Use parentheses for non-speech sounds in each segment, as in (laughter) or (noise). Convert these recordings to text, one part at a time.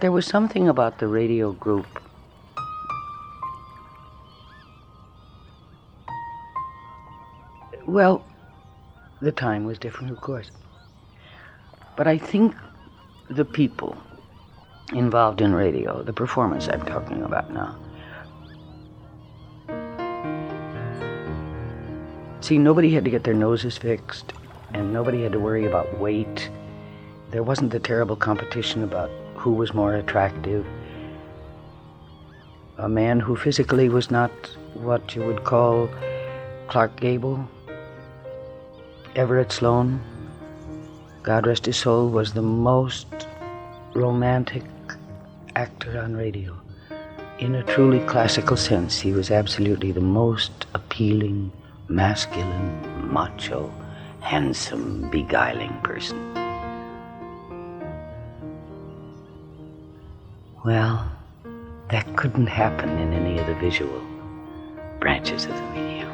There was something about the radio group. Well, the time was different, of course. But I think the people involved in radio, the performance I'm talking about now, See, nobody had to get their noses fixed, and nobody had to worry about weight. There wasn't the terrible competition about who was more attractive. A man who physically was not what you would call Clark Gable, Everett Sloan, God rest his soul, was the most romantic actor on radio. In a truly classical sense, he was absolutely the most appealing masculine, macho, handsome, beguiling person. Well, that couldn't happen in any of the visual branches of the media.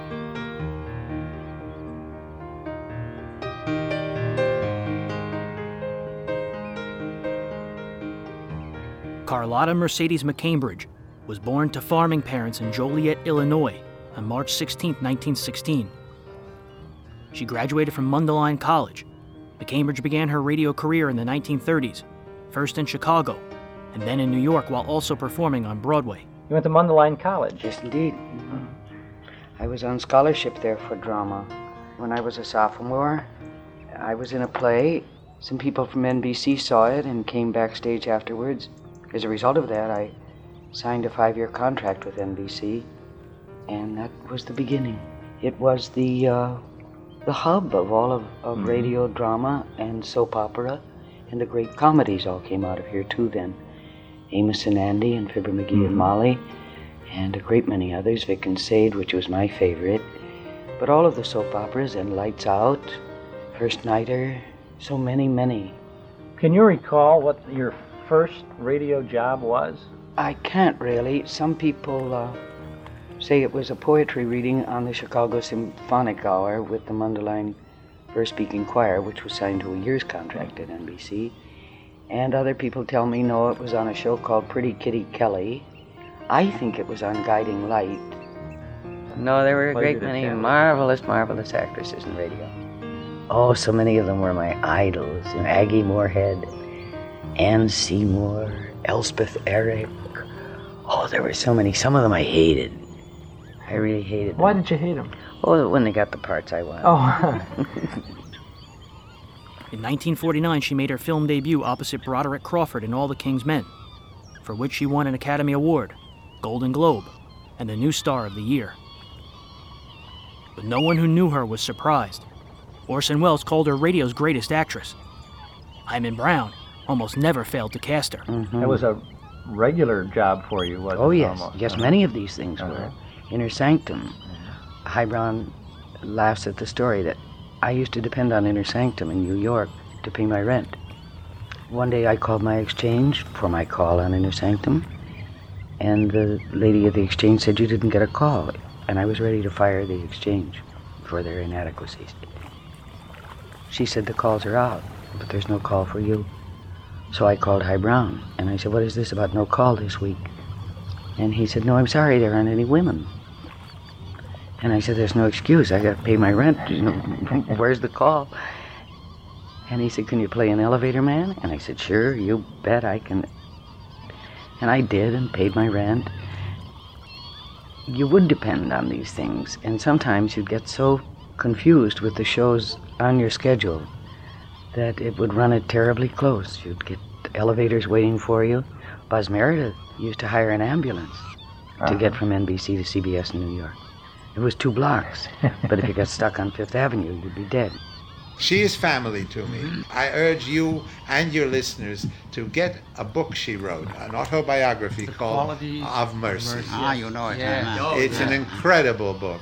Carlotta Mercedes McCambridge was born to farming parents in Joliet, Illinois on March 16, 1916. She graduated from Mundelein College. McCambridge began her radio career in the 1930s, first in Chicago and then in New York while also performing on Broadway. You went to Mundelein College. Yes, indeed. Mhm. I was on scholarship there for drama. When I was a sophomore, I was in a play. Some people from NBC saw it and came backstage afterwards. As a result of that, I signed a five year contract with NBC, and that was the beginning. It was the, uh, the hub of all of, of Mm-hmm. radio drama and soap opera, and the great comedies all came out of here too then. Amos and Andy and Fibber McGee Mm-hmm. and Molly, and a great many others. Vic and Sade, which was my favorite, but all of the soap operas and Lights Out, First Nighter, so many, many. Can you recall what your first radio job was? I can't really. Some people uh, say it was a poetry reading on the Chicago Symphonic Hour with the Mundelein First Speaking Choir, which was signed to a year's contract at NBC. And other people tell me no, it was on a show called Pretty Kitty Kelly. I think it was on Guiding Light. No, there were a Played great it at many Cameron. marvelous, marvelous actresses in radio. Oh, so many of them were my idols. And Aggie Moorhead, Ann Seymour, Elspeth Eric. Oh, there were so many. Some of them I hated. I really hated them. Why did you hate him? Oh, when they got the parts I wanted. Oh, (laughs) In 1949, she made her film debut opposite Broderick Crawford in All the King's Men, for which she won an Academy Award, Golden Globe, and the New Star of the Year. But no one who knew her was surprised. Orson Welles called her radio's greatest actress. Hyman Brown almost never failed to cast her. Mm-hmm. it was a regular job for you, wasn't Oh, it? yes. almost, yes, huh? many of these things Uh-huh. were. Inner Sanctum. Hybron laughs at the story that I used to depend on Inner Sanctum in New York to pay my rent. One day I called my exchange for my call on Inner Sanctum, and the lady at the exchange said, You didn't get a call. And I was ready to fire the exchange for their inadequacies. She said, The calls are out, but there's no call for you. So I called High Brown, and I said, What is this about no call this week? And he said, No, I'm sorry, there aren't any women. And I said, There's no excuse. I got to pay my rent. You know, (laughs) Where's the call? And he said, Can you play an elevator man? And I said, Sure, you bet I can. And I did and paid my rent. You would depend on these things, and sometimes you'd get so confused with the shows on your schedule that it would run it terribly close. You'd get elevators waiting for you. Buzz Meredith used to hire an ambulance to get from NBC to CBS in New York. It was two blocks, but if you got stuck on Fifth Avenue, you'd be dead. She is family to me. I urge you and your listeners to get a book she wrote, an autobiography called Qualities Of Mercy. Ah, you know it. Yeah. huh? Oh, It's an incredible book,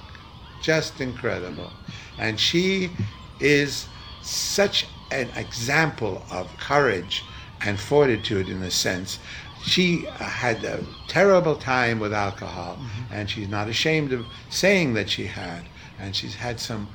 just incredible. And she is such an example of courage and fortitude in a sense. She uh, had a terrible time with alcohol, Mm-hmm. and she's not ashamed of saying that she had. And she's had some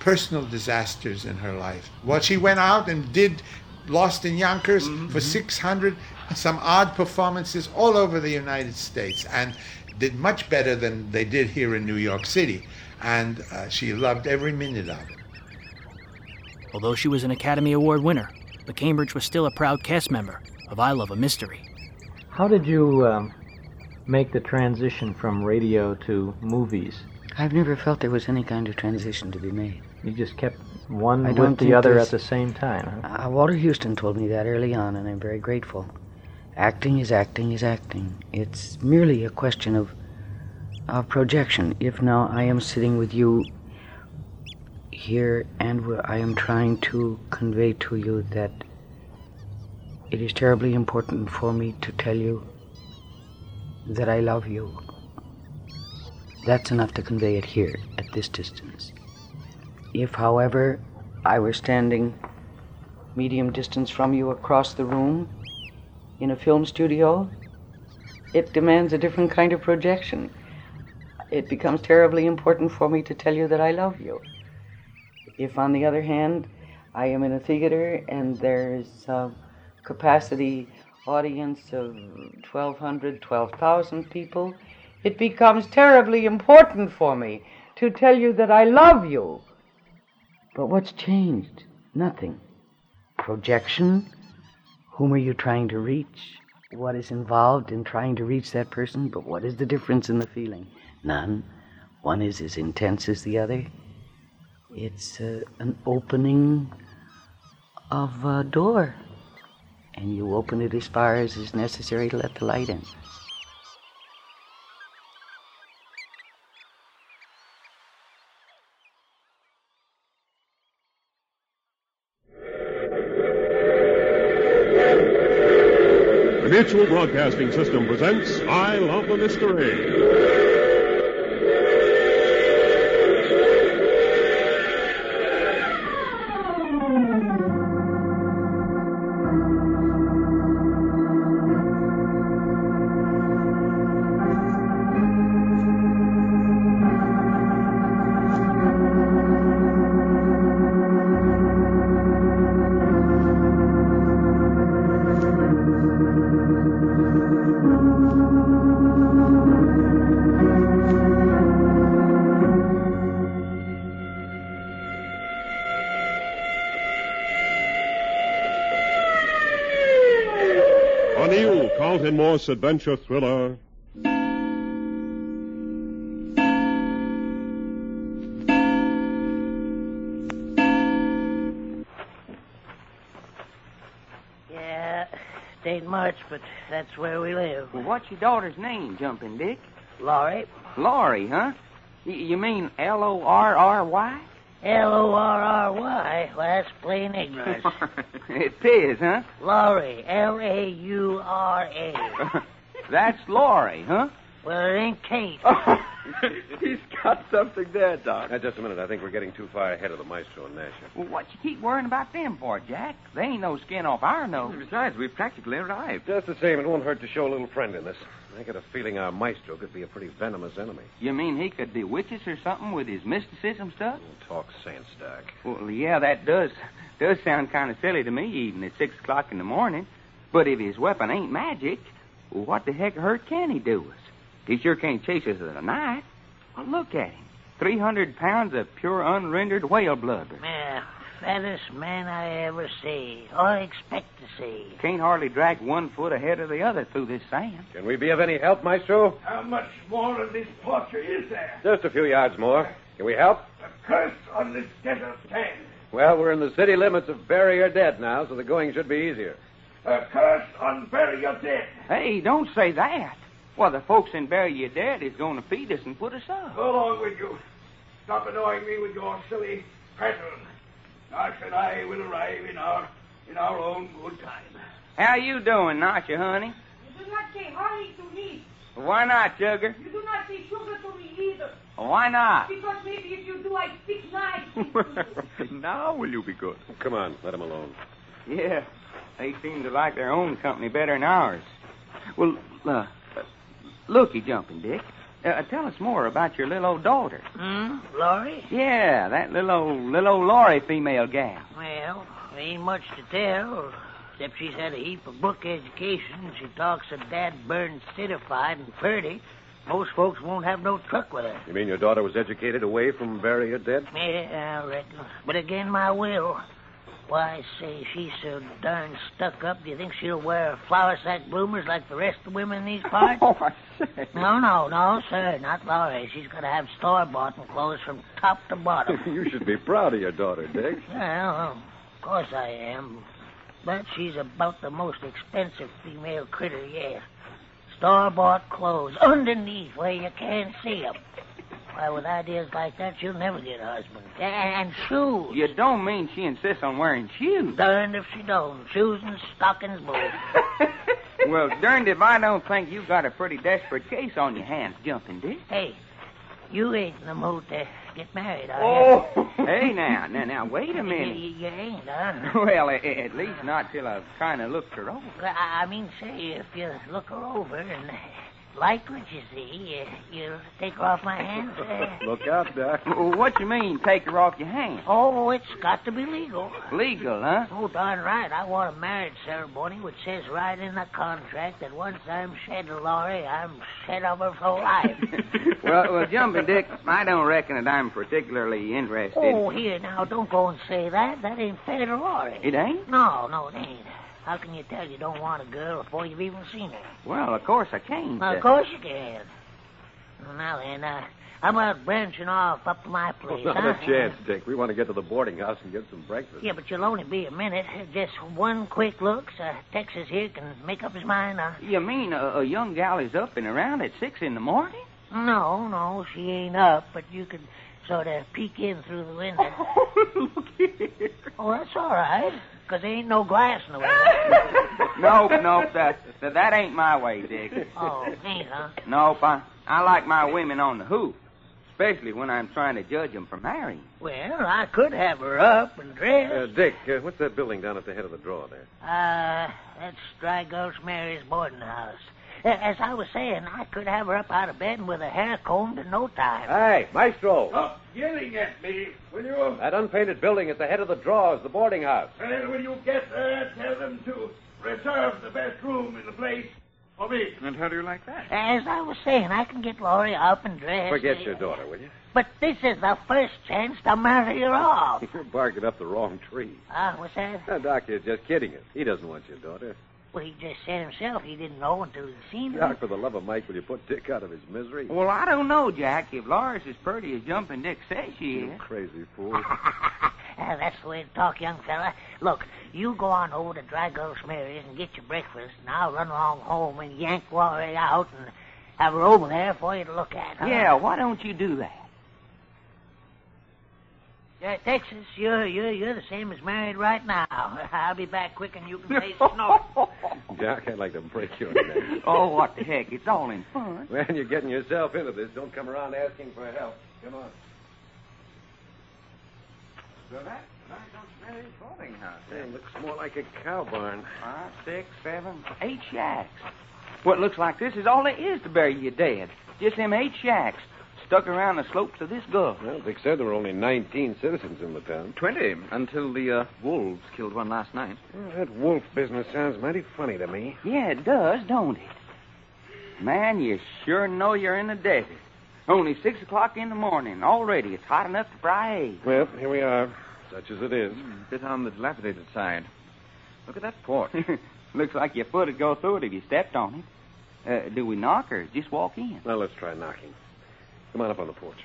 personal disasters in her life. What she went out and did Lost in Yonkers for 600, some odd performances all over the United States, and did much better than they did here in New York City. And uh, she loved every minute of it. Although she was an Academy Award winner, the Cambridge was still a proud cast member of I Love a Mystery. How did you um, make the transition from radio to movies? I've never felt there was any kind of transition to be made. You just kept one I don't with the think other there's- at the same time. Huh? Uh, Walter Houston told me that early on, and I'm very grateful. Acting is acting is acting. It's merely a question of, of projection. If now I am sitting with you here and where I am trying to convey to you that it is terribly important for me to tell you that I love you, that's enough to convey it here at this distance. If, however, I were standing medium distance from you across the room in a film studio, it demands a different kind of projection. It becomes terribly important for me to tell you that I love you. If, on the other hand, I am in a theater and there's a capacity audience of 1,200, 12,000 people, it becomes terribly important for me to tell you that I love you. But what's changed? Nothing projection? Whom are you trying to reach? What is involved in trying to reach that person? But what is the difference in the feeling? None. One is as intense as the other. It's uh, an opening of uh, a door, and you open it as far as is necessary to let the light in. The Mutual Broadcasting System presents I Love the Mystery. A new Carlton Morse adventure thriller. Yeah, it ain't much, but that's where we live. Well, what's your daughter's name, Jumping Dick? Laurie. Laurie, huh? Y- you mean L O R R Y? L O R R Y. Well, that's plain ignorance. (laughs) It is, huh? (laughs) Laurie. L A U R A. That's Laurie, huh? Well, it ain't Kate. (laughs) He's got something there, Doc. Now, just a minute. I think we're getting too far ahead of the maestro and Nasher. Well, what you keep worrying about them for, Jack? They ain't no skin off our nose. Besides, we've practically arrived. Just the same, it won't hurt to show a little friend in this. I get a feeling our maestro could be a pretty venomous enemy. You mean he could bewitch us or something with his mysticism stuff? Talk sense, Doc. Well, yeah, that does does sound kind of silly to me, even at six o'clock in the morning. But if his weapon ain't magic, what the heck hurt can he do us? He sure can't chase us with a knife. Well, look at him. Three hundred pounds of pure unrendered whale blubber. Yeah, fattest man I ever see, or expect to see. Can't hardly drag one foot ahead of the other through this sand. Can we be of any help, maestro? How much more of this torture is there? Just a few yards more. Can we help? The curse on this desert sand. Well, we're in the city limits of Bury or Dead now, so the going should be easier. The curse on bury your dead. Hey, don't say that. Well, the folks in Bury Your Dead is going to feed us and put us up. Oh. Go along with you. Stop annoying me with your silly prattle. Nash and I will arrive in our in our own good time. (laughs) How you doing, Nasha, honey? You do not say honey to me. Why not, Sugar? You do not say sugar to me either. Why not? Because maybe if you do, I stick knives into you. (laughs) now will you be good? Come on, let him alone. Yeah, they seem to like their own company better than ours. Well, uh, uh, looky, Jumping Dick, uh, tell us more about your little old daughter. Hmm? Laurie? Yeah, that little old, little old Laurie female gal. Well, Ain't much to tell, except she's had a heap of book education. She talks of dad burned certified and purty. Most folks won't have no truck with her. You mean your daughter was educated away from bury her dead? Yeah, I reckon. But again, my will. Why, say, she's so darn stuck up, do you think she'll wear flower sack bloomers like the rest of the women in these parts? Oh, I say. No, no, no, sir, not Laurie. She's got to have store-bought and clothes from top to bottom. (laughs) you should be proud of your daughter, Dick. Well, of course I am. But she's about the most expensive female critter yet. Store-bought clothes Oh, underneath where you can't see 'em. Why, with ideas like that, you'll never get a husband. A- And shoes. You don't mean she insists on wearing shoes? Darned if she don't. Shoes and stockings (laughs) both. well, darned if I don't think you got a pretty desperate case on your hands, Jumping Dick. hey, you ain't in the mood to get married, are Oh! hey, now, now, now, wait you? (laughs) a minute. You, you ain't, huh? (laughs) Well, a- a- at least not till I've kind of looked her over. Well, I I mean, say, if you look her over and like what you see, uh, you'll take her off my hands. (laughs) uh. Look out, Doc. W- What you mean, take her off your hands? oh, it's got to be legal. Legal, huh? Oh, darn right. I want a marriage ceremony which says right in the contract that once I'm shed to Laurie, I'm shed of her for (laughs) (laughs) Oh, life. (laughs) well, well, Jumping Dick, I don't reckon that I'm particularly interested. oh, here now, don't go and say that. That ain't fair to Laurie. It ain't? No, no, it ain't. How can you tell you don't want a girl before you've even seen her? Well, of course I can't. Well, uh, of course you can. Well, Now then, uh, how about branching off up to my place? not huh? a chance, Dick. We want to get to the boarding house and get some breakfast. Yeah, but you'll only be a minute. Just one quick look. So Texas here can make up his mind. Uh, You mean a, a young gal is up and around at six in the (laughs) morning? no, no, she ain't up, but you could sort of peek in through the window. (laughs) Oh, look here. Oh, that's all right, 'cause there ain't no glass in the (laughs) window. Nope, nope, that, that, that ain't my way, Dick. oh, ain't, huh? Nope, I, I like my women on the hoof, especially when I'm trying to judge them for marrying. Well, I could have her up and dressed. Uh, Dick, uh, what's that building down at the head of the drawer there? Uh, that's Dry Gulch Mary's boarding house. A- As I was saying, I could have her up out of bed and with her hair combed in no time. Hey, Maestro! Stop yelling at me, will you? That unpainted building at the head of the drawer is the boarding house. And when you get there, tell them to reserve the best room in the place for me. And how do you like that? As I was saying, I can get Laurie up and dressed. Forget your daughter, will you? But this is the first chance to marry her off. You're (laughs) barking up the wrong tree. Ah, what's that? Now, Doc, you're just kidding us. He doesn't want your daughter. Well, he just said himself he didn't know until he'd seen her. Doc, for the love of Mike, will you put Dick out of his misery? Well, I don't know, Jack. If Laura's as pretty as Jumping Dick says she You is. crazy fool. Ah, That's the way to talk, young fella. Look, you go on over to Dry Gulch Mary's and get your breakfast, and I'll run along home and yank Laurie out and have her over there for you to look at. huh? (laughs) Yeah, why don't you do that? Yeah, Texas, you're you're you're the same as married right now. (laughs) I'll be back quick and you (laughs) can say snow. Doc, I'd like to break your neck. (laughs) oh, what the heck? It's all in fun. Man, you're getting yourself into this. Don't come around asking for help. Come on. So that's Dry Gulch Mary's boarding house. Man, looks more like a cow barn. Five, six, seven, eight shacks. What looks like this is all there is to bury your dead. Just them eight shacks stuck around the slopes of this gulf. Well, Dick said there were only 19 citizens in the town. Twenty until the uh, wolves killed one last night. Well, that wolf business sounds mighty funny to me. Yeah, it does, don't it? Man, you sure know you're in the desert. Only six o'clock in the morning. Already it's hot enough to fry eggs. Hmm, Well, here we are, such as it is. Bit on the dilapidated side. Look at that (laughs) porch. Looks like your foot would go through it if you stepped on it. Uh, do we knock or just walk in? Now let's try knocking. Come on up on the porch.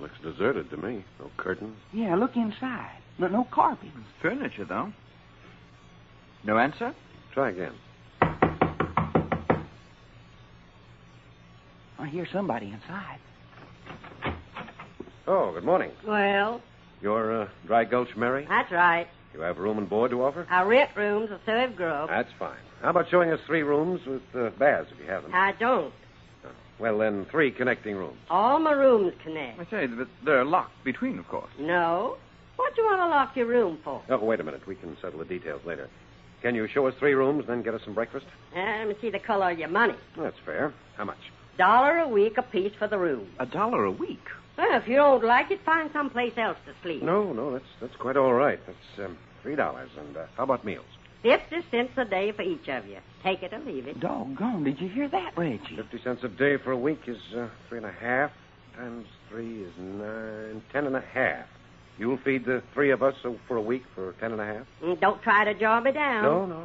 Looks deserted to me. No curtains. Yeah, look inside. No, no carpet. Furniture, though. No answer? Try again. I hear somebody inside. Oh, good morning. Well, You're uh, Dry Gulch Mary? that's right. You have room and board to offer? I rent rooms and so have grub. That's fine. How about showing us three rooms with uh, baths, if you have them? I don't. Well, then, three connecting rooms. All my rooms connect. I say, but they're locked between, of course. No. What do you want to lock your room for? Oh, wait a minute. We can settle the details later. Can you show us three rooms, then get us some breakfast? And Eh, see the color of your money. That's fair. How much? Dollar a week apiece for the room. A dollar a week? Well, if you don't like it, find someplace else to sleep. No, no, that's that's quite all right. That's um, three dollars. And uh, how about meals? Fifty cents a day for each of you. Take it or leave it. Doggone, did you hear that, Reggie? Fifty cents a day for a week is uh, three and a half. Times three is nine, ten and a half. You'll feed the three of us so for a week for ten and a half. And Mm, Don't try to jaw me down. No, no,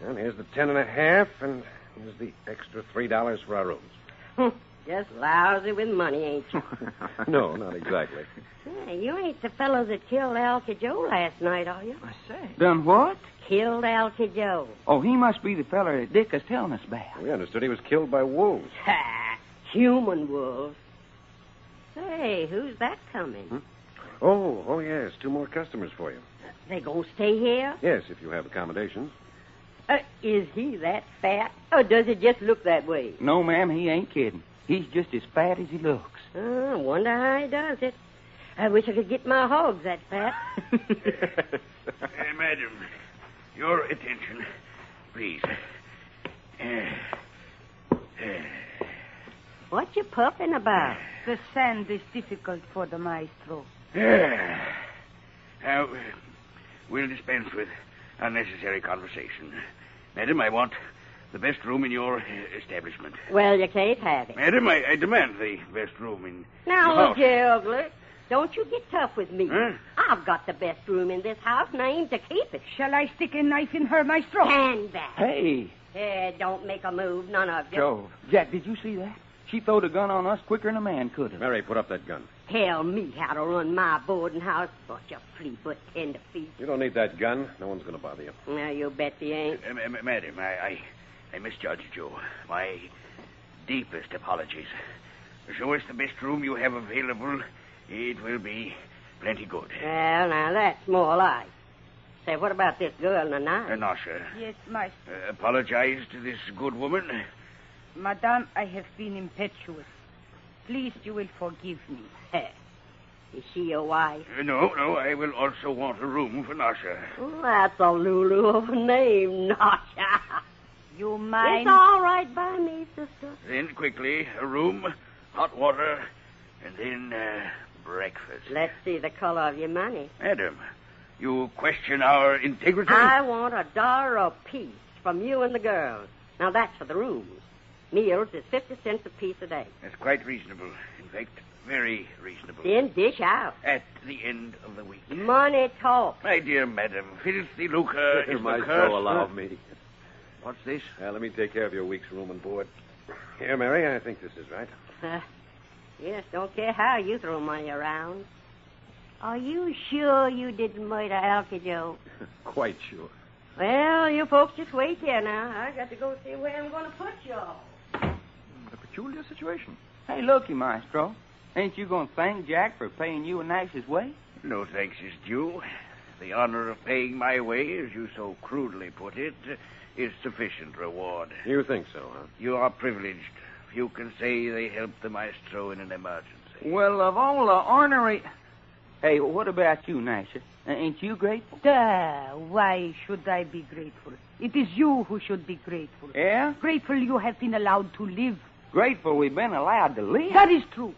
no. And here's the ten and a half, and here's the extra three dollars for our rooms. Hmm, Just lousy with money, ain't you? (laughs) (laughs) no, not exactly. Hey, you ain't the fellows that killed Alky Joe last night, are you? I say. Done what? Killed Alky (laughs) Joe. Oh, he must be the feller that Dick was telling us about. We understood he was killed by wolves. Ha! Human wolves. Hey, who's that coming? Oh, oh yes, two more customers for you. They gonna stay here? Yes, if you have accommodations. Uh, is he that fat? Or does he just look that way? No, ma'am, he ain't kidding. He's just as fat as he looks. Oh, I wonder how he does it. I wish I could get my hogs that fat. (laughs) Eh, madam, your attention, please. Eh, eh. What you puffing about? The sand is difficult for the (sighs) maestro. Yeah. Now, uh, we'll dispense with unnecessary conversation. Madam, I want the best room in your uh, establishment. Well, you can't have it. Madam, I, I demand the best room in. Now, Oh. look, juggler. Don't you get tough with me. Huh? I've got the best room in this house, and I aim to keep it. Shall I stick a knife in her, maestro? Hand back. Hey, Eh, don't make a move, none of you. Joe. Jack, did you see that? She throwed a gun on us quicker than a man could have. Mary, put up that gun. Tell me how to run my boarding house, but you flea foot tender feet. You don't need that gun. No one's going to bother you. Now you bet you ain't. Uh, ma- ma- madam, I, I, I misjudged you. My deepest apologies. Show us the best room you have available. It will be plenty good. Well, now that's more like. Say, what about this girl and the knife? Uh, Nasha, Yes, maestro. uh, apologize to this good woman. Uh, Madame, I have been impetuous. Please, you will forgive me. (laughs) Is she your wife? Uh, no, no, I will also want a room for Nasha. Oh, that's a Lulu of a name, (laughs) Nasha. You mind? It's all right by me, sister. Then, quickly, a room, hot water, and then uh, breakfast. Let's see the color of your money. Madam, you question our integrity? I want a dollar apiece from you and the girl. Now that's for the rooms. Meals is fifty cents apiece a day. That's quite reasonable. In fact, very reasonable. Then dish out. (laughs) At the end of the week. Money talk. My dear madam, filthy lucre is My the curse. soul, allow me. What's this? Uh, let me take care of your week's room and board. Here, Mary, I think this is right. Uh, yes, don't care how you throw money around. Are you sure you didn't murder Alky Joe? Quite sure. Well, you folks just wait here now. I got to go see where I'm going to put you all. A peculiar situation. Hey, looky, Maestro. Ain't you going to thank Jack for paying you a nice's way? No thanks is due. The honor of paying my way, as you so crudely put it, is sufficient reward. You think so, huh? You are privileged. Few can say they helped the maestro in an emergency. Well, of all the ornery. Hey, what about you, Nasha? A- Ain't you grateful? Duh, why should I be grateful? It is you who should be grateful. Yeah? Grateful you have been allowed to live. Grateful we've been allowed to live. That is true.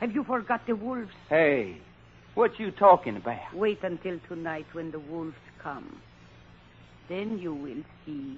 Have you forgot the wolves? Hey, what you talking about? Wait until tonight when the wolves come. Then you will see.